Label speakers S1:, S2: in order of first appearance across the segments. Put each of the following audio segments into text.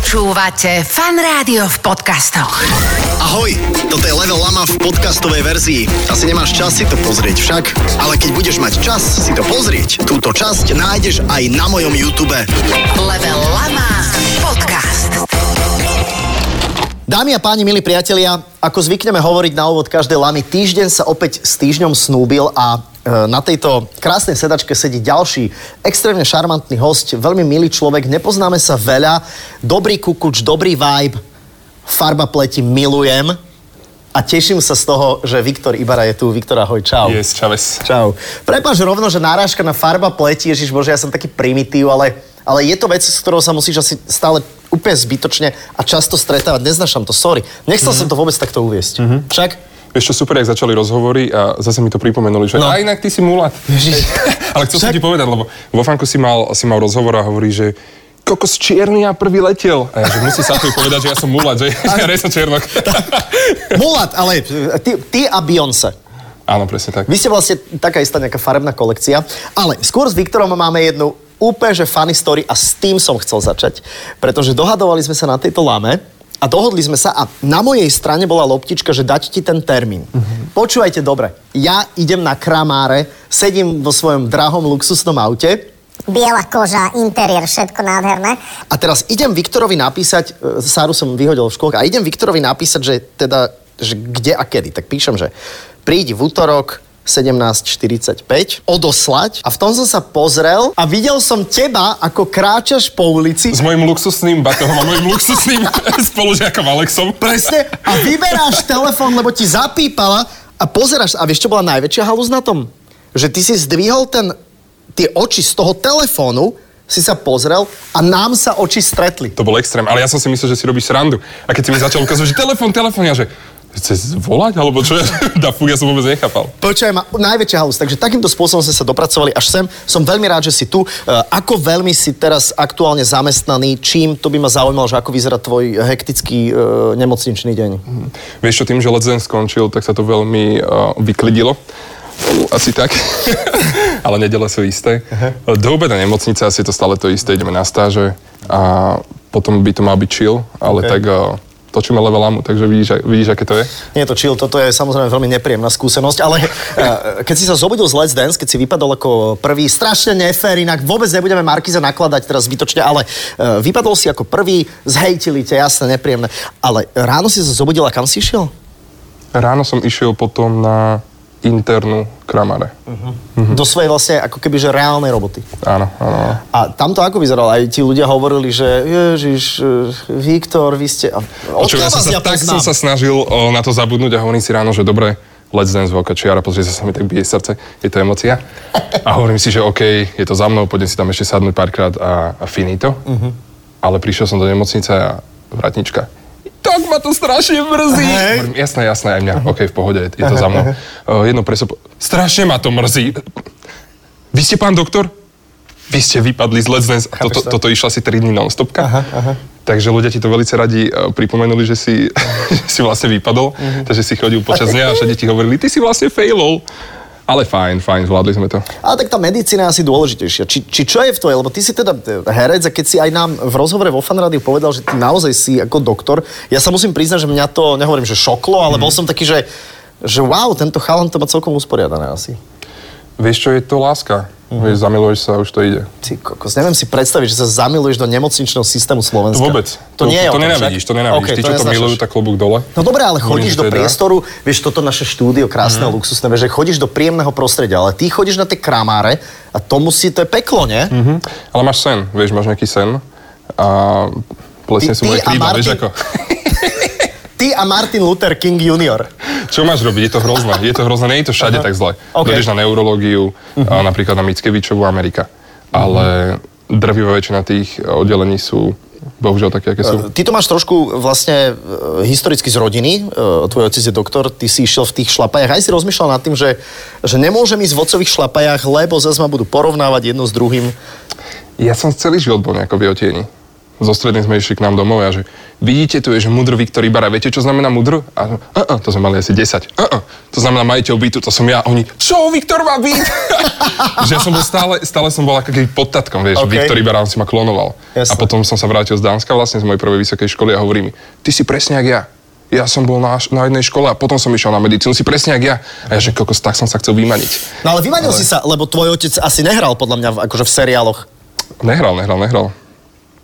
S1: Počúvate Fan Rádio v podcastoch.
S2: Ahoj, toto je Level Lama v podcastovej verzii. Asi nemáš čas si to pozrieť však, ale keď budeš mať čas si to pozrieť, túto časť nájdeš aj na mojom YouTube.
S1: Level Lama Podcast.
S2: Dámy a páni, milí priatelia, ako zvykneme hovoriť na úvod každej lamy, týždeň sa opäť s týždňom snúbil a e, na tejto krásnej sedačke sedí ďalší extrémne šarmantný host, veľmi milý človek, nepoznáme sa veľa, dobrý kukuč, dobrý vibe, farba pleti milujem a teším sa z toho, že Viktor Ibara je tu. Viktor, ahoj, čau.
S3: Yes, Chavez.
S2: Čau. Prepaž rovno, že náražka na farba pleti, Ježiš Bože, ja som taký primitív, ale, ale je to vec, s ktorou sa musíš asi stále úplne zbytočne a často stretávať. Neznášam to, sorry. Nechcel mm-hmm. som to vôbec takto uviesť. Mm-hmm. Však?
S3: Vieš čo, super, jak začali rozhovory a zase mi to pripomenuli, že
S2: No.
S3: no. a inak ty si mulat.
S2: Ježiš.
S3: Ale chcel som ti
S2: Však-
S3: povedať, lebo vo Franku si mal, si mal rozhovor a hovorí, že kokos čierny a prvý letel. A ja, že musí sa tu povedať, že ja som mulat, že ja nie som čiernok.
S2: Mulat, ale ty, ty a Beyoncé.
S3: Áno, presne tak.
S2: Vy ste vlastne taká istá nejaká farebná kolekcia, ale skôr s Viktorom máme jednu úplne že funny story a s tým som chcel začať, pretože dohadovali sme sa na tejto lame a dohodli sme sa a na mojej strane bola loptička, že dať ti ten termín. Počúvajte dobre, ja idem na kramáre, sedím vo svojom drahom luxusnom aute
S4: Biela koža, interiér, všetko nádherné.
S2: a teraz idem Viktorovi napísať, e, Sáru som vyhodil v škôlke, a idem Viktorovi napísať, že teda, že kde a kedy. Tak píšem, že príď v útorok 17.45, odoslať a v tom som sa pozrel a videl som teba, ako kráčaš po ulici
S3: S mojim luxusným batohom a mojim luxusným spolužiakom Alexom.
S2: Presne. A vyberáš telefón, lebo ti zapípala a pozeráš. A vieš, čo bola najväčšia halúz na tom? Že ty si zdvihol ten, tie oči z toho telefónu, si sa pozrel a nám sa oči stretli.
S3: To bol extrém, ale ja som si myslel, že si robíš srandu. A keď si mi začal ukazovať, že telefón, telefón, ja že chce volať, alebo čo? Da, fú, ja som vôbec nechápal.
S2: Počúvaj ma, najväčšia halus. Takže takýmto spôsobom sme sa dopracovali až sem. Som veľmi rád, že si tu. E, Ako veľmi si teraz aktuálne zamestnaný? Čím? To by ma zaujímalo, že ako vyzerá tvoj hektický e, nemocničný deň.
S3: Vieš čo, tým, že Let's Dance skončil, tak sa to veľmi uh, vyklidilo. Fú, Asi tak. Ale nedele sú isté. Do obeda nemocnice asi je to stále to isté. Ideme na stáže a potom by to mal byť chill, ale
S2: Ok.
S3: tak uh, točíme level amu, takže vidíš, a- vidíš, aké to je.
S2: Nie je to chill, toto je samozrejme veľmi nepríjemná skúsenosť, ale eh, keď si sa zobudil z Let's Dance, keď si vypadol ako prvý, strašne nefér, inak vôbec nebudeme Markiza nakladať teraz zbytočne, ale eh, vypadol si ako prvý, zhejtili ťa, jasne, nepríjemné. Ale ráno si sa zobudil a kam si išiel?
S3: Ráno som išiel potom na internú kramare.
S2: Do svojej vlastne ako keby že reálnej roboty.
S3: Áno, áno. áno.
S2: A tam to ako vyzeralo? Aj ti ľudia hovorili, že ježiš, eh, Viktor, vy ste... a-
S3: Počuj,
S2: Odkiaľ
S3: ja som
S2: vás
S3: sa,
S2: ja
S3: tak som
S2: poznám?
S3: sa snažil o, na to zabudnúť a hovorím si ráno, že dobre, let's dance veľká čiara, pozri sa, sa mi tak bije srdce, je to emocia. A hovorím si, že OK, je to za mnou, poďme si tam ešte sadnúť párkrát a, a finito.
S2: Mhm.
S3: Uh-huh. Ale prišiel som do nemocnice a vratnička. Tak ma to strašne mrzí.
S2: Hej. Mhm.
S3: Hovorím, jasné, jasné, aj mňa. OK, v pohode, je to za mnou. O, jedno preso... Strašne ma to mrzí. Vy ste pán doktor? Vy ste vypadli z Let's Dance. A Toto,
S2: to?
S3: toto išlo asi 3 dní non-stopka. Aha, aha. Takže ľudia ti to veľmi radi eh, pripomenuli, že si, že si vlastne vypadol,
S2: Mhm.
S3: takže si chodil počas dňa a všade ti hovorili, ty si vlastne failol. Ale fajn, fajn, zvládli sme to.
S2: Ale tak tá medicína je asi dôležitejšia. Či, či čo je v tvojej, lebo ty si teda e, herec a keď si aj nám v rozhovore vo fanrádiu povedal, že ty naozaj si ako doktor, ja sa musím priznať, že mňa to, nehovorím, že šoklo, ale bol som
S3: Mhm.
S2: taký, že, že wow, tento chalan to má celkom usporiadané asi.
S3: Vieš, čo je to láska? Vieš, zamiluješ sa, už to ide.
S2: Ty kokos, neviem si predstaviť, že sa zamiluješ do nemocničného systému Slovenska.
S3: To vôbec.
S2: To, nie
S3: to,
S2: je o tom,
S3: nenávidíš,
S2: však?
S3: to nenávidíš.
S2: Okej,
S3: Ty, čo to,
S2: neznášaš.
S3: milujú, tak klobúk dole.
S2: No dobre, ale
S3: Hovorím, že
S2: chodíš do
S3: teda. Mhm.
S2: priestoru, vieš, toto naše štúdio, krásne, mm. luxusné, vieš, že chodíš do príjemného prostredia, ale ty chodíš na tie kramáre a to musí, to je peklo, nie? Mm.
S3: Mhm. Ale máš sen, vieš, máš nejaký sen a plesne
S2: Ty-
S3: sú moje
S2: ty a
S3: krídla, vieš
S2: Martin-
S3: ako.
S2: Ty a Martin Luther King Jr.
S3: Čo máš robiť? Je to hrozné. Je to hrozné, nie je to všade tak zle.
S2: OK.
S3: Dojdeš na neurológiu, uh-huh. napríklad na Mickevičovú Amerika. Ale drvivá väčšina tých oddelení sú bohužiaľ také, aké sú.
S2: Ty to máš trošku vlastne e, historicky z rodiny, e, tvoj otec je doktor, ty si išiel v tých šlapajach, aj si rozmýšľal nad tým, že, že nemôžem ísť v otcových šlapajach, lebo zase ma budú porovnávať jedno s druhým.
S3: Ja som celý život bol nejako v jeho tieni. zo strednej sme išli k nám domov a že vidíte, tu je, že mudr Viktor Ibara, viete, čo znamená mudr? A, a, a to sme mali asi 10. A, a, to znamená majiteľ bytu, to som ja. A oni, čo, Viktor má byt? že ja som bol stále, stále som bol ako keby pod tatkom, vieš,
S2: OK.
S3: okay. Viktor Ibara, on si ma klonoval. A
S2: Jasné.
S3: potom som sa vrátil z Dánska vlastne z mojej prvej vysokej školy a hovorí mi, ty si presne jak ja. Ja som bol na, na jednej škole a potom som išiel na medicínu, si presne jak ja. A ja že kokos, tak som sa chcel vymaniť.
S2: No ale vymanil si sa, lebo tvoj otec asi nehral podľa mňa v- akože v seriáloch.
S3: Nehral, nehral, nehral.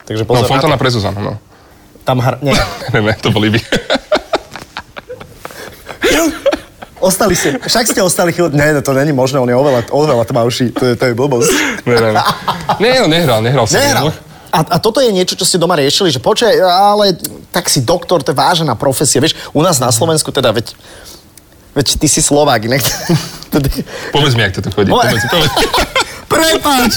S2: Takže
S3: No,
S2: pozor, na
S3: Fontana
S2: to.
S3: pre Zuzanu, no.
S2: tam hr... Nie.
S3: Ne, ne, to boli by.
S2: Ostali ste, však ste ostali chvíľu... Nie, no to není možné, on je oveľa, oveľa tmavší, to je, to je blbosť.
S3: Ne, ne, ne. Nie, on nehral, nehral som.
S2: Nehral. A, a toto je niečo, čo ste doma riešili, že počkaj, ale tak si doktor, to je vážená profesia. Vieš, u nás na Slovensku teda, veď, veď ty si Slovák, inak... Tedy-
S3: Povedz mi, jak to tu chodí. Povedz,
S2: Povedz.
S3: povedz.
S2: Prepač!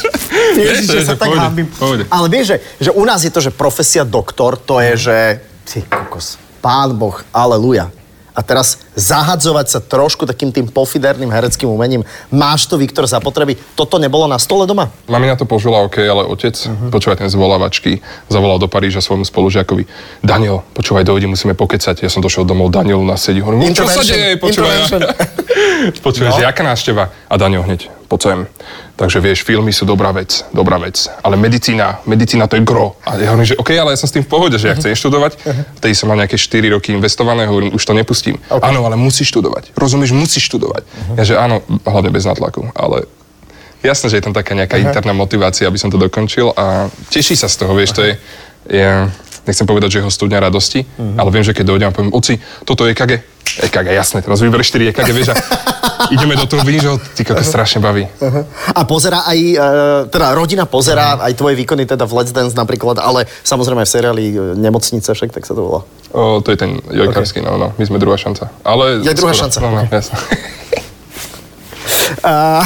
S2: Ježiš,
S3: to
S2: že
S3: je
S2: sa
S3: v
S2: tak
S3: pohode,
S2: hambím.
S3: v pohode.
S2: Ale vieš, že, že u nás je to, že profesia doktor, to je, že... Ty kokos, pán Boh, aleluja. A teraz zahadzovať sa trošku takým tým pofiderným hereckým umením. Máš to, Viktor, za potreby. Toto nebolo na stole doma?
S3: Mami na to požila, OK, ale otec,
S2: Mhm.
S3: uh-huh. počúvaj ten zvolávačky, zavolal do Paríža svojmu spolužiakovi. Daniel, počúvaj, dojde, musíme pokecať. Ja som došiel domov, Daniel u nás sedí. Hovorím, "No, čo sa
S2: Intervention,
S3: deje? Počúvaj,
S2: intervention.
S3: počúvaj
S2: No.
S3: no. že jaká návšteva? A Daniel hneď, poď sem. Takže vieš, filmy sú dobrá vec, dobrá vec. Ale medicína, medicína to je gro. A ja hovorím, že OK, ale ja som s tým v pohode, že ja
S2: Mhm.
S3: chcem študovať. Vtedy som mal nejaké 4 roky investované, hovorím, už to nepustím.
S2: OK. Mhm.
S3: Áno, ale musíš študovať. Rozumieš, musíš študovať. Ja že áno, hlavne bez natlaku, ale Jasné, že je tam taká nejaká interná motivácia, aby som to dokončil a teší sa z toho, vieš, to je, ja nechcem povedať, že je ho studňa radosti,
S2: Mhm.
S3: ale viem, že keď dojdem a poviem, oci, toto je EKG, EKG, jasné, teraz vyber 4 EKG, vieš, a ideme do toho, vidíš, že ho ty kokos strašne baví.
S2: A pozera aj, e, teda rodina pozera aj tvoje výkony teda v Let's Dance napríklad, ale samozrejme aj v seriáli e, Nemocnice však, tak sa to volá.
S3: O, to je ten jojkarský, no, no, my sme druhá šanca. Ale
S2: Je druhá šanca,
S3: No, no,
S2: ok.
S3: jasné.
S2: A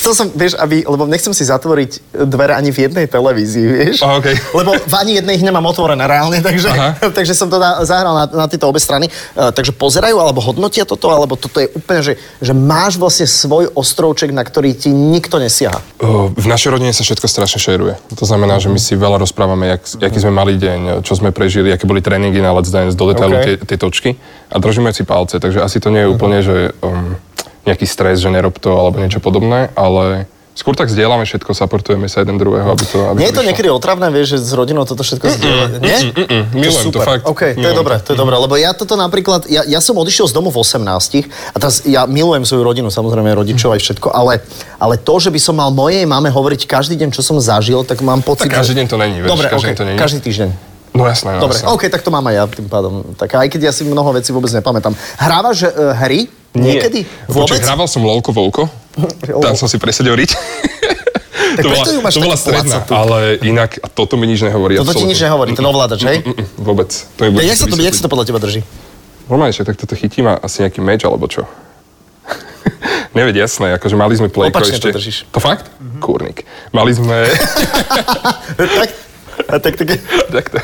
S2: chcel som, vieš, aby, lebo nechcem si zatvoriť dvere ani v jednej televízii, vieš?
S3: Aha, okej.
S2: Lebo v ani jednej ich nemám otvorené reálne, takže,
S3: Aha.
S2: takže som to na, zahral na, na tieto obe strany. E, takže pozerajú alebo hodnotia toto, alebo toto je úplne, že, že máš vlastne svoj ostrovček, na ktorý ti nikto nesiaha.
S3: O, V našej rodine sa všetko strašne šeruje. To znamená, že my si veľa rozprávame, jak, aký sme mali deň, čo sme prežili, aké boli tréningy na Let's Dance, do detailu
S2: OK.
S3: tie, tie točky a držíme si palce, takže asi to nie je úplne, že um, nejaký stres, že nerob to alebo niečo podobné, ale skôr tak zdieľame všetko, supportujeme sa jeden druhého, aby to... Aby
S2: Nie je to
S3: vyšlo.
S2: niekedy otravné, vieš, že s rodinou toto všetko zdieľa? Nie? je
S3: milujem to
S2: super.
S3: fakt.
S2: OK, to je
S3: Milujem.
S2: dobré, to je dobré, lebo ja toto napríklad, ja, ja som odišiel z domu v 18 a teraz ja milujem svoju rodinu, samozrejme rodičov aj všetko, ale, ale to, že by som mal mojej mame hovoriť každý deň, čo som zažil, tak mám pocit,
S3: Tak každý deň to není, vieš,
S2: Dobre,
S3: každý
S2: OK,
S3: deň to není.
S2: každý týždeň.
S3: No jasné, no
S2: Dobre,
S3: jasné.
S2: OK, tak to mám aj ja tým pádom. Tak aj keď ja si mnoho vecí vôbec nepamätám. Hrávaš e, hry? Niekedy? Vôbec?
S3: Počkaj, hrával som Lolko Volko, tam som si presedel riť.
S2: Tak preto ju
S3: to
S2: máš takú
S3: bola stredná,
S2: placatú.
S3: ale inak, a toto mi nič nehovorí.
S2: Toto ti
S3: absolútne.
S2: nič nehovorí, ten ovládač, hej?
S3: Mm, mm, Vôbec. To mi
S2: Ja,
S3: bude
S2: jak, sa to, jak
S3: vysvetliť.
S2: sa to podľa teba drží?
S3: Normálne, že tak toto chytím a asi nejaký meč alebo čo. Neveď, jasné, akože mali sme play
S2: Opačne
S3: ešte.
S2: to držíš. Mhm.
S3: To fakt? Mm-hmm. Kúrnik. Mali sme...
S2: tak, a tak, tak,
S3: Takto.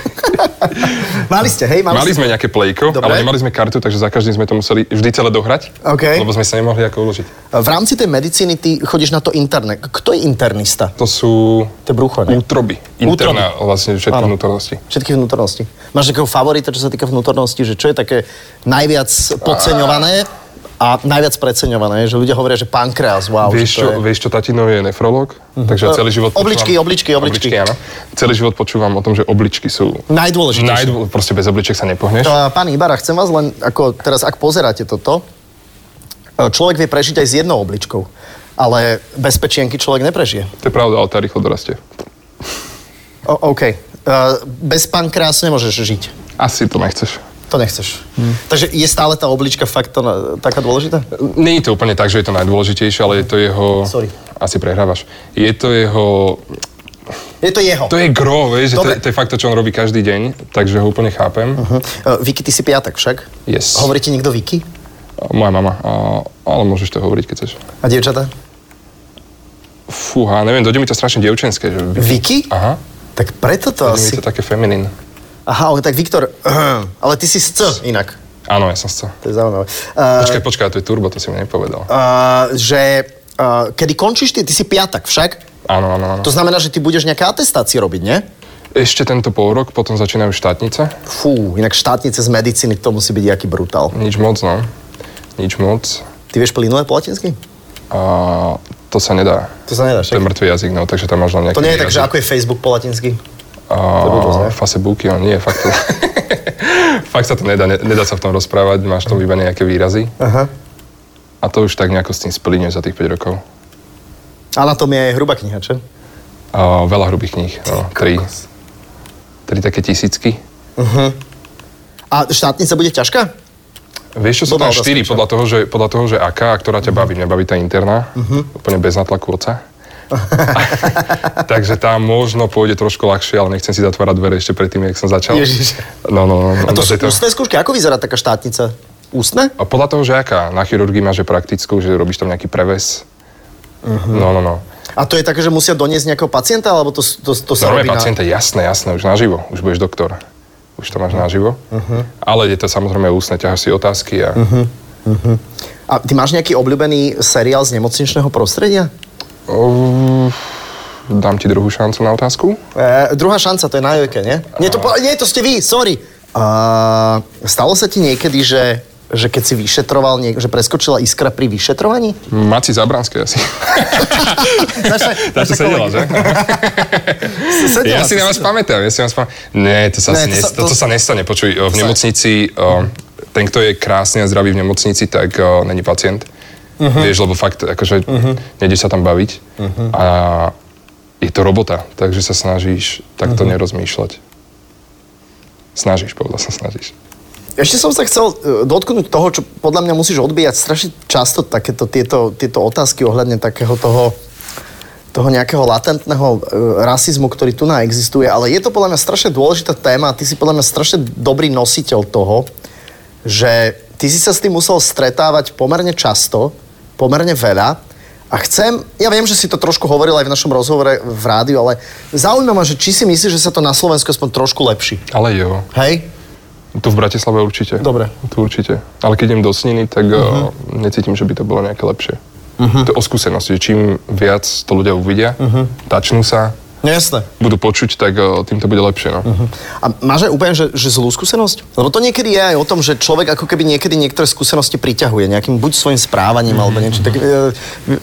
S2: Mali ste, hej?
S3: mali
S2: ste-
S3: sme nejaké plejko,
S2: Dobre.
S3: ale nemali sme kartu, takže za každým sme to museli vždy celé dohrať,
S2: OK.
S3: lebo sme sa nemohli ako uložiť.
S2: V rámci tej medicíny ty chodíš na to interné. Kto je internista?
S3: To sú
S2: To je brucho, ne?
S3: útroby. Interná vlastne všetky
S2: Áno.
S3: vnútornosti.
S2: Všetky vnútornosti. Máš nejakého favorita, čo sa týka vnútornosti, že čo je také najviac podceňované a najviac preceňované, že ľudia hovoria, že pankreas, wow.
S3: Vieš
S2: že to
S3: čo,
S2: je... Mhm.
S3: vieš čo, tatino je nefrológ, takže ja celý život
S2: Obličky,
S3: počúvam-
S2: obličky, obličky.
S3: obličky áno. Celý život počúvam o tom, že obličky sú...
S2: Najdôležitejšie.
S3: Najdô... Proste bez obličiek sa nepohneš.
S2: Uh, Pán Ibara, chcem vás len, ako teraz, ak pozeráte toto, uh, človek vie prežiť aj s jednou obličkou, ale bez pečienky človek neprežije.
S3: To je pravda, ale tá rýchlo dorastie.
S2: O, OK. Uh, bez pankreasu nemôžeš žiť.
S3: Asi to nechceš.
S2: To nechceš. Hm. Takže je stále tá oblička fakt to, na- taká dôležitá?
S3: Nie je to úplne tak, že je to najdôležitejšie, ale je to jeho...
S2: Sorry.
S3: Asi prehrávaš. Je to jeho...
S2: Je to jeho.
S3: To je gro, vieš, že to,
S2: Dobre.
S3: je- to je fakt to, čo on robí každý deň, takže ho úplne chápem. Uh-huh.
S2: Uh, Viki, ty si piatak však?
S3: Yes.
S2: Hovorí ti niekto Viki?
S3: Moja mama, a, ale môžeš to hovoriť, keď chceš.
S2: A dievčatá?
S3: Fúha, neviem, dojde mi to strašne devčenské. Že...
S2: Viki?
S3: Aha,
S2: Tak preto to
S3: dojde mi
S2: asi.
S3: to také feminín.
S2: Aha, ale tak Viktor, ehem, ale ty si z C inak.
S3: Áno, ja som sa.
S2: To je zaujímavé. Uh,
S3: Počkaj, počkaj, to je turbo, to si mi nepovedal.
S2: uh, že uh, kedy končíš ty, ty si piatak však?
S3: Áno, áno, áno.
S2: To znamená, že ty budeš nejaké atestácie robiť, nie?
S3: Ešte tento pol rok, potom začínajú štátnice.
S2: Fú, inak štátnice z medicíny, to musí byť jaký brutál.
S3: Nič moc, no. Nič moc.
S2: Ty vieš plynule po latinsky?
S3: A to sa nedá.
S2: To sa nedá,
S3: To je mŕtvý jazyk, no, takže tam máš len nejaký
S2: To nie je tak, že
S3: jazyk.
S2: ako je Facebook po latinsky?
S3: A,
S2: blbosť, ne?
S3: Facebooky, no nie, fakt to... fakt sa to nedá, ne, nedá sa v tom rozprávať, máš tam iba nejaké výrazy.
S2: Aha.
S3: A to už tak nejako s tým splíňujem za tých 5 rokov.
S2: Anatomia je hrubá kniha, čo?
S3: A, veľa hrubých kníh, no, tri. Tri také tisícky.
S2: A štátnica bude ťažká?
S3: Vieš, čo sú
S2: Blbá
S3: tam
S2: otázka,
S3: 4,
S2: čo?
S3: podľa toho, že, podľa toho, že aká a ktorá ťa baví. Mňa baví tá interná,
S2: Mhm.
S3: úplne bez natlaku oca. Takže tam možno pôjde trošku ľahšie, ale nechcem si zatvárať dvere ešte predtým, jak som začal.
S2: Ježiš.
S3: No, no, no.
S2: A to
S3: no,
S2: sú
S3: že
S2: ústne skúšky? Ako vyzerá taká štátnica? Ústne?
S3: A podľa toho, že aká. Na chirurgii máš že praktickú, že robíš tam nejaký preves.
S2: Mhm.
S3: No, no, no.
S2: A to je také, že musia doniesť nejakého pacienta, alebo to, to, to sa
S3: Normálne
S2: robí
S3: pacienta, jasné, jasné, už naživo, už budeš doktor. Už to
S2: Mhm.
S3: máš naživo. Ale je to samozrejme ústne, ťaháš si otázky a...
S2: Mhm. na... A ty máš nejaký obľúbený seriál z nemocničného prostredia?
S3: O, dám ti druhú šancu na otázku.
S2: E, druhá šanca, to je na Jojke, nie? Nie to, po- nie, to ste vy, sorry. A, stalo sa ti niekedy, že, že keď si vyšetroval, niek- že preskočila iskra pri vyšetrovaní?
S3: Maci Zabranské asi. Tá tu sedela, že?
S2: Sedela,
S3: Ja si na vás pamätám, ja si na vás pamätám. Nie, to sa, ne, to, sa, to, to sa nestane. Počuj, o, v nemocnici, o, ten, kto je krásny a zdravý v nemocnici, tak o, není pacient. Vieš, lebo fakt, akože nejde sa tam baviť. A je to robota, takže sa snažíš takto nerozmýšľať. Snažíš, povedal som snažíš.
S2: Ešte som sa chcel e, dotknúť toho, čo podľa mňa musíš odbíjať strašne často takéto tieto, tieto otázky ohľadne takého toho, toho nejakého latentného e, rasizmu, ktorý tu na existuje, ale je to podľa mňa strašne dôležitá téma a ty si podľa mňa strašne dobrý nositeľ toho, že ty si sa s tým musel stretávať pomerne často, pomerne veľa a chcem, ja viem, že si to trošku hovoril aj v našom rozhovore v rádiu, ale zaujíma ma, že či si myslíš, že sa to na Slovensku aspoň trošku lepší.
S3: Ale jo,
S2: Hej?
S3: tu v Bratislave určite.
S2: Dobre.
S3: Tu určite. Ale keď idem do Sniny, tak uh-huh. necítim, že by to bolo nejaké lepšie. Uh-huh. To je o skúsenosti, že čím viac to ľudia uvidia, uh-huh. tačnú sa,
S2: No jasné.
S3: budú počuť, tak uh, tým to bude lepšie. No. Uh-huh.
S2: A máš aj úplne, že, že zlú skúsenosť? Lebo to niekedy je aj o tom, že človek ako keby niekedy niektoré skúsenosti priťahuje nejakým buď svojim správaním alebo
S3: Mhm.
S2: niečo. Tak, e,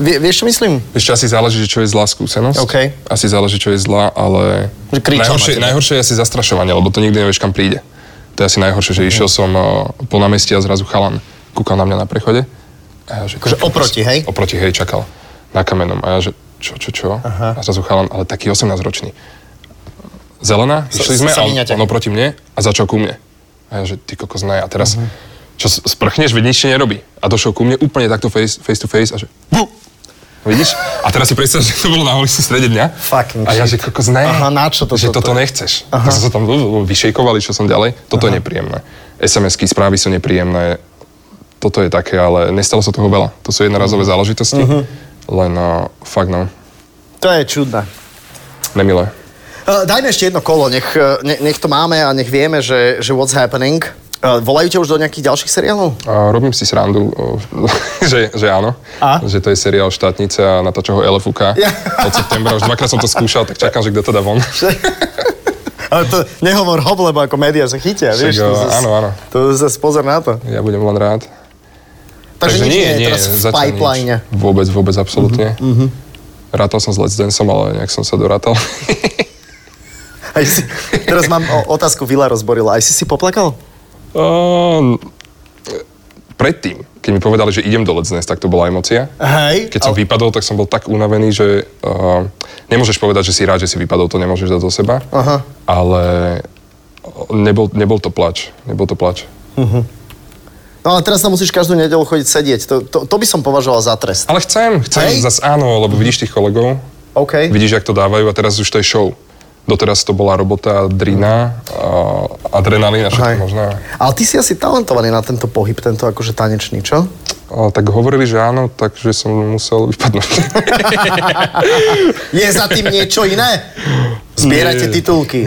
S2: vie, vieš, čo myslím?
S3: Ešte asi záleží, že čo je zlá skúsenosť.
S2: OK.
S3: Asi záleží, čo je zlá, ale...
S2: Že kričal na
S3: najhoršie,
S2: teba.
S3: najhoršie je asi zastrašovanie, lebo to nikdy nevieš, kam príde. To je asi najhoršie,
S2: Mhm.
S3: že išiel som uh, po námestí a zrazu chalan kúkal na mňa na prechode. A ja, že,
S2: Akože oproti, hej?
S3: Oproti, hej, čakal. Na kamenom. A ja, že čo, čo, čo? Aha. A zrazu chalan, ale taký 18-ročný. Zelená, išli sme a
S2: sa
S3: on,
S2: míňate.
S3: on oproti mne a začal ku mne. A ja, že ty kokos, ne. A teraz,
S2: Mhm.
S3: čo sprchneš, veď nič ti nerobí. A došiel ku mne úplne takto face, face to face a že bu! Vidíš? A teraz si predstav, že to bolo na ulici v strede dňa.
S2: Fucking
S3: A ja, že
S2: shit.
S3: kokos, ne.
S2: Aha, na čo to
S3: Že
S2: toto
S3: toto
S2: je?
S3: nechceš. Aha. Tak sa tam uh, vyšejkovali, čo som ďalej. Toto je nepríjemné. SMS-ky, správy sú nepríjemné. Toto je také, ale nestalo sa toho veľa. To sú jednorazové
S2: Mhm.
S3: záležitosti. Len, no, fakt no,
S2: To je čudné.
S3: nemilé.
S2: E, dajme ešte jedno kolo, nech, e, ne, nech to máme a nech vieme, že, že what's happening. E, volajú ťa už do nejakých ďalších seriálov?
S3: A robím si srandu, o, že, že áno,
S2: A?
S3: že to je seriál Štátnice a natáča ho LFUK
S2: Ja.
S3: od septembra. Už dvakrát som to skúšal, tak čakám, že kto to dá von.
S2: Ale E, to nehovor hob, lebo ako médiá sa chytia,
S3: Však,
S2: vieš? to
S3: e,
S2: zas-
S3: áno, áno.
S2: To zase pozor na to.
S3: Ja budem len rád.
S2: Takže, nič nie, je teraz v
S3: zatiaľ nič.
S2: pipeline. Mhm,
S3: Vôbec, vôbec, absolútne. Mm-hmm. Rátal som s Let's Danceom, ale nejak som sa dorátal.
S2: Aj si, teraz mám o, otázku, Vila rozborila. Aj si si poplakal?
S3: Ehm, Predtým, keď mi povedali, že idem do Let's Dance, tak to bola emocia.
S2: Hej.
S3: Keď som vypadol, tak som bol tak unavený, že uh, nemôžeš povedať, že si rád, že si vypadol, to nemôžeš dať do seba.
S2: Aha.
S3: Ale nebol, nebol to plač. Nebol to plač.
S2: No ale teraz sa musíš každú nedelu chodiť sedieť. To, to, to by som považoval za trest.
S3: Ale chcem, chcem
S2: Hej.
S3: zas áno, lebo vidíš tých kolegov,
S2: OK.
S3: vidíš, jak to dávajú a teraz už to je show. Doteraz to bola robota, drina, uh, adrenalín a všetko
S2: Hej.
S3: možné.
S2: Ale ty si asi talentovaný na tento pohyb, tento akože tanečný, čo?
S3: A tak hovorili, že áno, takže som musel vypadnúť.
S2: Je za tým niečo iné? Zbierajte
S3: Nie.
S2: titulky.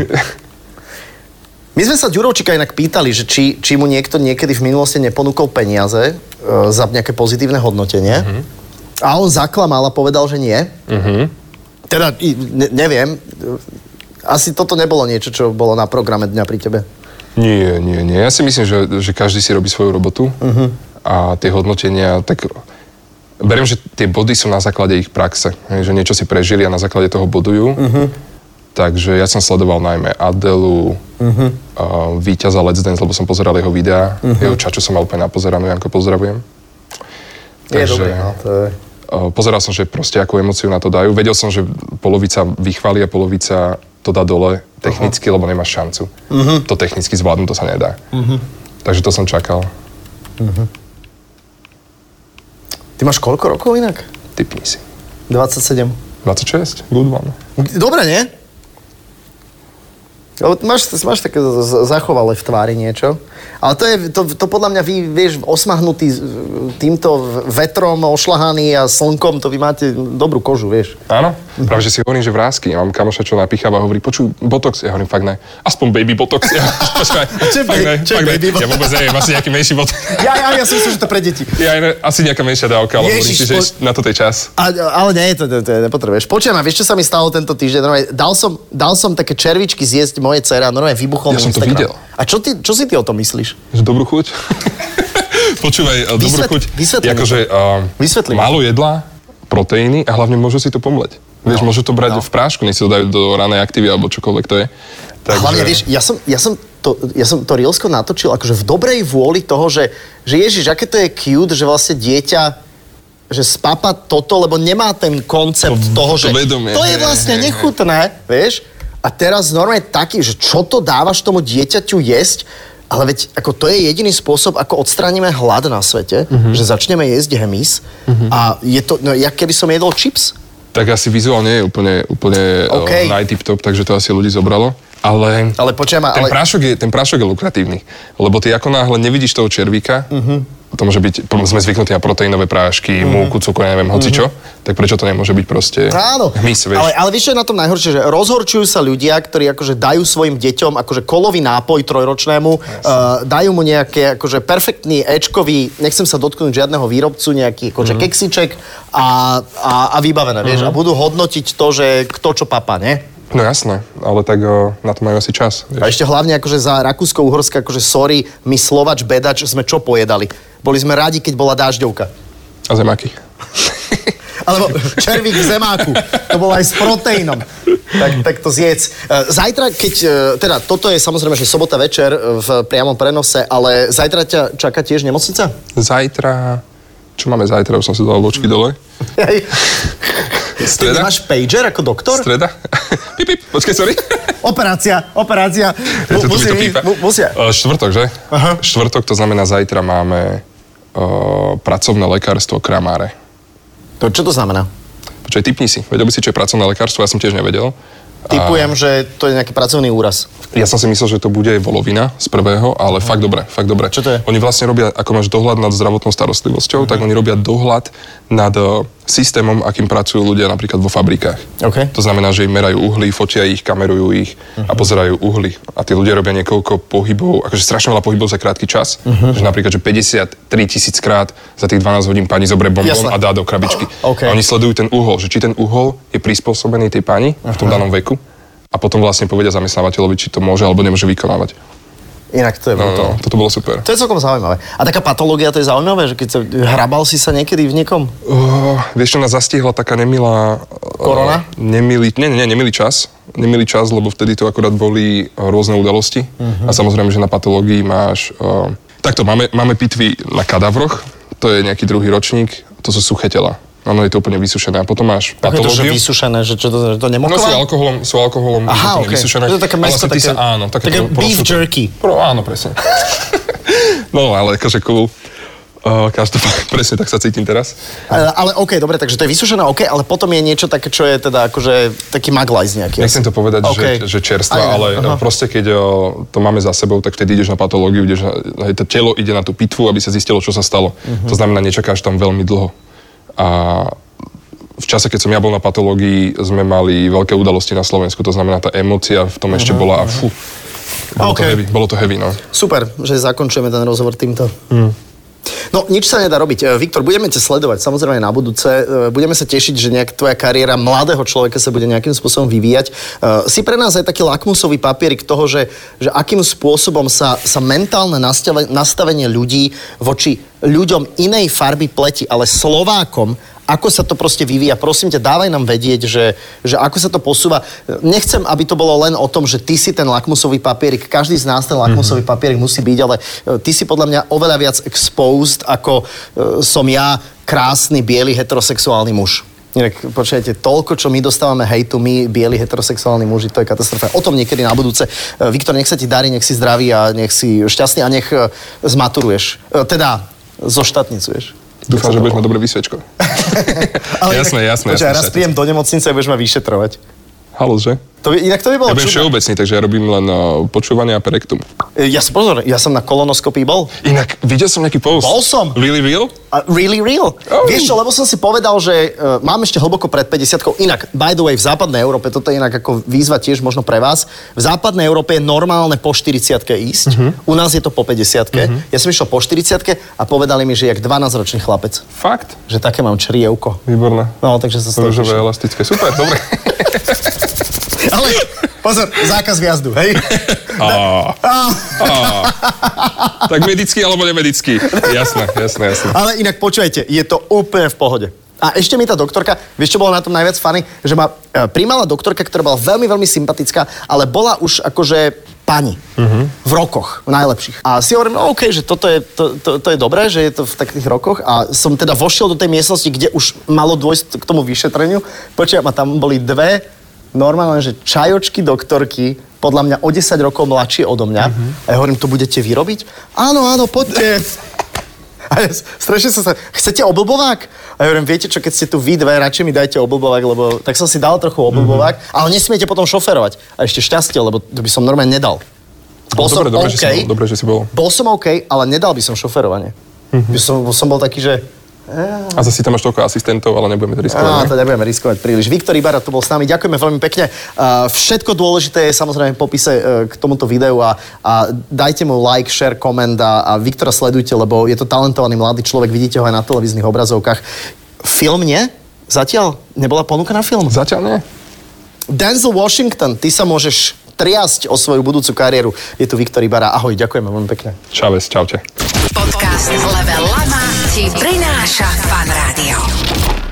S2: My sme sa Ďurovčíka inak pýtali, že či, či mu niekto niekedy v minulosti neponúkol peniaze e, za nejaké pozitívne hodnotenie. A on zaklamal a povedal, že nie. Teda i- ne, neviem, e, Asi toto nebolo niečo, čo bolo na programe dňa pri tebe.
S3: Nie, nie, nie. Ja si myslím, že, že každý si robí svoju robotu
S2: Mhm.
S3: uh-huh. a tie hodnotenia, tak beriem, že tie body sú na základe ich praxe, hej, že niečo si prežili a na základe toho bodujú.
S2: Mhm.
S3: Uh-huh. Takže ja som sledoval najmä Adelu, uh-huh.
S2: Mhm.
S3: uh, víťaza Let's Dance, lebo som pozeral jeho videá, uh-huh. jeho čaču som mal úplne napozeranú, Janko, pozdravujem.
S2: Je dobré, no, to je...
S3: Uh, pozeral som, že proste akú emociu na to dajú. Vedel som, že polovica vychváli a polovica to dá dole technicky, lebo nemáš šancu. Uh-huh.
S2: Mhm.
S3: To technicky zvládnuť, to sa nedá. Uh-huh. Takže to som čakal.
S2: Ty máš koľko rokov inak?
S3: Typni si.
S2: 27.
S3: 26? Good one.
S2: Dobre, nie? Lebo máš, máš také z- z- zachovalé v tvári niečo. Ale to je, to, to podľa mňa vy, vieš, osmahnutý z- týmto vetrom, ošlahaný a slnkom, to vy máte dobrú kožu, vieš.
S3: Áno,
S2: Mhm.
S3: práve že si hovorím, že vrázky. Ja mám kamoša, čo napicháva a hovorí, počuj, botox. Ja hovorím, fakt ne. Aspoň baby botox. Ja, počkaj,
S2: čo je
S3: fakt
S2: ba-
S3: ne,
S2: čo je
S3: fakt ne.
S2: baby
S3: Ja vôbec neviem, asi nejaký menší botox.
S2: Ja, ja, ja si myslím, že to pre deti.
S3: Ja, ne, asi nejaká menšia dávka, ale hovorím
S2: Ježiš,
S3: si, že
S2: po-
S3: ešte na to je čas.
S2: A, ale nie, to, to, to nepotrebuješ. Počujem, a vieš, čo sa mi stalo tento týždeň? Normálne, dal, som, dal som také červičky zjesť moje dcera, normálne
S3: Ja
S2: vybuchol mi
S3: som to
S2: Instagram.
S3: videl.
S2: A čo, ty, čo si ty o tom myslíš?
S3: Že dobrú chuť? Počúvaj, Vysvet, dobrú
S2: Vysvetl-
S3: chuť.
S2: vysvetli mi
S3: akože,
S2: to. Vysvetli mi
S3: uh, málo jedla, proteíny a hlavne môžu si to pomleť. Vieš,
S2: No.
S3: môžu to brať v prášku, nech si to dajú do ranej aktivy alebo čokoľvek to je.
S2: Takže... Hlavne, vieš, ja som, ja som to, ja som to Rielsko natočil akože v dobrej vôli toho, že, že Ježiš, aké to je cute, že vlastne dieťa že spapa toto, lebo nemá ten koncept
S3: To-
S2: toho, že
S3: to vedomie.
S2: to je
S3: Hej,
S2: vlastne
S3: hej, hej.
S2: nechutné, vieš? A teraz normálne taký, že čo to dávaš tomu dieťaťu jesť, ale veď ako to je jediný spôsob, ako odstránime hlad na svete,
S3: Mhm.
S2: že začneme jesť hemis a je to, no ja keby som jedol chips,
S3: tak asi vizuálne je úplne, úplne
S2: OK.
S3: okay. najtip top, takže to asi ľudí zobralo. Ale,
S2: Ale počujem,
S3: ten,
S2: ale-
S3: prášok je, ten prášok je lukratívny, lebo ty ako náhle nevidíš toho červíka,
S2: Mhm.
S3: uh-huh. to môže byť, sme zvyknutí na proteínové prášky, uh-huh. múku, cukor, neviem, hocičo, uh-huh. tak prečo to nemôže byť proste
S2: Mhm. Áno,
S3: hmyz, vieš?
S2: ale, ale vieš, čo je na tom najhoršie, že rozhorčujú sa ľudia, ktorí akože dajú svojim deťom akože kolový nápoj trojročnému, uh, dajú mu nejaké akože perfektný Ečkový, nechcem sa dotknúť žiadneho výrobcu, nejaký
S3: Mhm.
S2: akože keksiček a, a, a vybavené, vieš, a budú hodnotiť to, že kto čo papa, ne?
S3: No jasné, ale tak o, na to majú asi čas.
S2: A
S3: Vieš.
S2: ešte hlavne akože za Rakúsko-Uhorské, akože sorry, my Slovač, Bedač sme čo pojedali? Boli sme radi, keď bola dážďovka.
S3: A zemaky.
S2: Alebo červík v zemáku. To bolo aj s proteínom. Tak, tak to zjedz. E, Zajtra, keď... e, Teda, toto je samozrejme, že sobota večer e, v priamom prenose, ale zajtra ťa čaká tiež nemocnica?
S3: Zajtra... Čo máme zajtra? Už som si dal ločky dole.
S2: Hej. Ty
S3: Streda?
S2: nemáš pager ako doktor?
S3: Streda? pip, pip, počkaj, sorry.
S2: Operácia, operácia.
S3: Ja sa tu mi
S2: Mu- Musia,
S3: to pípa.
S2: mu- musia.
S3: E, Štvrtok, že?
S2: Aha.
S3: Štvrtok, to znamená zajtra máme e, pracovné lekárstvo kramáre.
S2: To, čo to znamená?
S3: Počkaj, typni si. Vedel by si, čo je pracovné lekárstvo? Ja som tiež nevedel.
S2: Typujem, že to je nejaký pracovný úraz.
S3: Ja som si myslel, že to bude volovina z prvého, ale fakt dobre, fakt dobre.
S2: Mhm. Čo to je? Mhm.
S3: Oni vlastne robia, ako máš dohľad nad zdravotnou starostlivosťou, tak oni robia dohľad nad e, systémom, akým pracujú ľudia napríklad vo fabrikách.
S2: OK. Mhm.
S3: To znamená, že im merajú uhly, fotia ich, kamerujú ich a pozerajú uhly. A tí ľudia robia niekoľko pohybov, akože strašne veľa pohybov za krátky čas.
S2: Mhm.
S3: Že napríklad, že 53 tisíc krát za tých 12 hodín pani zoberie bombón
S2: Jasné.
S3: a dá do krabičky.
S2: OK.
S3: A oni sledujú ten uhol, že či ten uhol je prispôsobený tej pani v tom danom veku a potom vlastne povedia zamestnávateľovi, či to môže alebo nemôže vykonávať.
S2: Inak to je
S3: No, no,
S2: brutálne.
S3: toto bolo super.
S2: To je celkom zaujímavé. A taká patológia, to je zaujímavé, že keď sa hrabal si sa niekedy v niekom?
S3: Uh, vieš, čo nás zastihla taká nemilá... eh,
S2: Korona?
S3: nemilý, nie, nie, nie, nemilý čas. Nemilý čas, lebo vtedy to akorát boli eh, rôzne udalosti.
S2: Mhm.
S3: Uh-huh. A samozrejme, že na patológii máš... Uh, takto, máme, máme pitvy na kadavroch, to je nejaký druhý ročník, to sú suché tela. Áno, je to úplne vysušené. A potom máš
S2: Ako je to, že
S3: patológiu.
S2: vysušené, že čo to, že to
S3: No sú
S2: nemokla?
S3: alkoholom, sú alkoholom
S2: Aha,
S3: úplne
S2: okej.
S3: vysušené.
S2: To je také
S3: Ale
S2: mesko,
S3: vlastne ty
S2: také-
S3: sa, áno, také,
S2: také
S3: to-
S2: beef
S3: prosúte.
S2: jerky.
S3: Pro, áno, presne. no, ale akože cool. Uh, každopádne, presne tak sa cítim teraz.
S2: Ale, ale OK, dobre, takže to je vysušené, OK, ale potom je niečo také, čo je teda akože taký maglajs nejaký.
S3: Nechcem to povedať,
S2: Okej.
S3: okay. že, že čerstva,
S2: Aj, aj,
S3: ale
S2: aha.
S3: Aha. proste keď o, to máme za sebou, tak vtedy ideš na patológiu, ideš na, hej, to telo ide na tú pitvu, aby sa zistilo, čo sa stalo.
S2: Mhm.
S3: Uh-huh. To znamená, nečakáš tam veľmi dlho. A v čase, keď som ja bol na patológii, sme mali veľké udalosti na Slovensku, to znamená, tá emócia v tom
S2: Mhm,
S3: ešte bola a fú. Bolo,
S2: Okej.
S3: to heavy, bolo to heavy, no.
S2: Super, že zakončujeme ten rozhovor týmto. Mm. No, nič sa nedá robiť. E, Viktor, budeme ťa sledovať samozrejme na budúce. E, Budeme sa tešiť, že nejak tvoja kariéra mladého človeka sa bude nejakým spôsobom vyvíjať. E, Si pre nás aj taký lakmusový papierik toho, že, že akým spôsobom sa, sa mentálne nastave- nastavenie ľudí voči ľuďom inej farby pleti, ale Slovákom, ako sa to proste vyvíja. Prosím ťa, dávaj nám vedieť, že, že ako sa to posúva. Eh, Nechcem, aby to bolo len o tom, že ty si ten lakmusový papierik, každý z nás ten lakmusový mm-hmm. papierik musí byť, ale e, ty si podľa mňa oveľa viac exposed, ako e, som ja, krásny, biely, heterosexuálny muž. Inak, počujete, toľko, čo my dostávame hejtu, my, bieli heterosexuálni muži, to je katastrofa. O tom niekedy na budúce. E, Viktor, nech sa ti darí, nech si zdravý a nech si šťastný a nech e, zmaturuješ. E, Teda, zoštatnicuješ.
S3: Dúfam, že budeš mať dobré výsviečko. Jasné,
S2: inak-
S3: jasné,
S2: Počkaj,
S3: jasné,
S2: raz
S3: všetko.
S2: príjem do nemocnice a budeš ma vyšetrovať.
S3: Halo, že?
S2: To by, inak to by bolo
S3: Ja budem
S2: čudné.
S3: všeobecný, takže ja robím len uh, počúvanie a perektum.
S2: E, Ja som, pozor, ja som na kolonoskopii bol.
S3: Inak, videl som nejaký post.
S2: Bol som.
S3: Really real?
S2: A really real.
S3: Oh.
S2: Vieš čo, lebo som si povedal, že uh, mám ešte hlboko pred 50 Inak, by the way, v západnej Európe, toto je inak ako výzva tiež možno pre vás, v západnej Európe je normálne po 40 ísť, u nás je to po 50
S3: Mhm.
S2: Ja som išiel po 40 a povedali mi, že jak 12-ročný chlapec.
S3: Fakt?
S2: Že také mám črievko.
S3: Výborné.
S2: No, takže sa z toho
S3: Rúžové,
S2: teším.
S3: elastické. Super, dobre.
S2: Ale pozor, zákaz vjazdu, hej?
S3: Á. Á. Tak medický alebo nemedický. Jasné, jasné, jasné.
S2: Ale inak počujete, je to úplne v pohode. A ešte mi tá doktorka, vieš čo bolo na tom najviac fany? Že ma e, príjmala doktorka, ktorá bola veľmi, veľmi sympatická, ale bola už akože pani. Uh-huh. V rokoch, v najlepších. A si hovorím, no, OK, že toto je, to, to, to je dobré, že je to v takých rokoch. A som teda vošiel do tej miestnosti, kde už malo dôjsť k tomu vyšetreniu. Počujem, a tam boli dve normálne, že čajočky doktorky, podľa mňa o 10 rokov mladšie odo mňa. Uh-huh. A ja hovorím, to budete vyrobiť? Áno, áno, poďte. A ja s- strašne som sa... Chcete oblbovák? A ja hovorím, viete čo, keď ste tu vy dve, radšej mi dajte oblbovák, lebo tak som si dal trochu
S3: Mhm.
S2: oblbovák, mm-hmm. ale nesmiete potom šoferovať. A ešte šťastie, lebo to by som normálne nedal. Bol som
S3: No, Dobre, dobre, že si
S2: OK.
S3: bol. Dobre, že si bol.
S2: Bol som OK, ale nedal by som šoferovanie.
S3: Mhm.
S2: Mm-hmm. Som, som bol taký, že...
S3: A zase tam máš toľko asistentov, ale nebudeme to
S2: Á,
S3: riskovať. ne?
S2: to nebudeme riskovať príliš. Viktor Ibarra tu bol s nami, ďakujeme veľmi pekne. Uh, Všetko dôležité je samozrejme v popise uh, k tomuto videu a, a dajte mu like, share, koment a, a Viktora sledujte, lebo je to talentovaný mladý človek, vidíte ho aj na televíznych obrazovkách. Film nie? Zatiaľ nebola ponuka na film.
S3: Zatiaľ nie.
S2: Denzel Washington, ty sa môžeš triasť o svoju budúcu kariéru. Je tu Viktor Ibarra, ahoj, ďakujeme veľmi pekne.
S3: Čavez, čaute.
S1: Podcast Level Lama ti prináša Fan Rádio.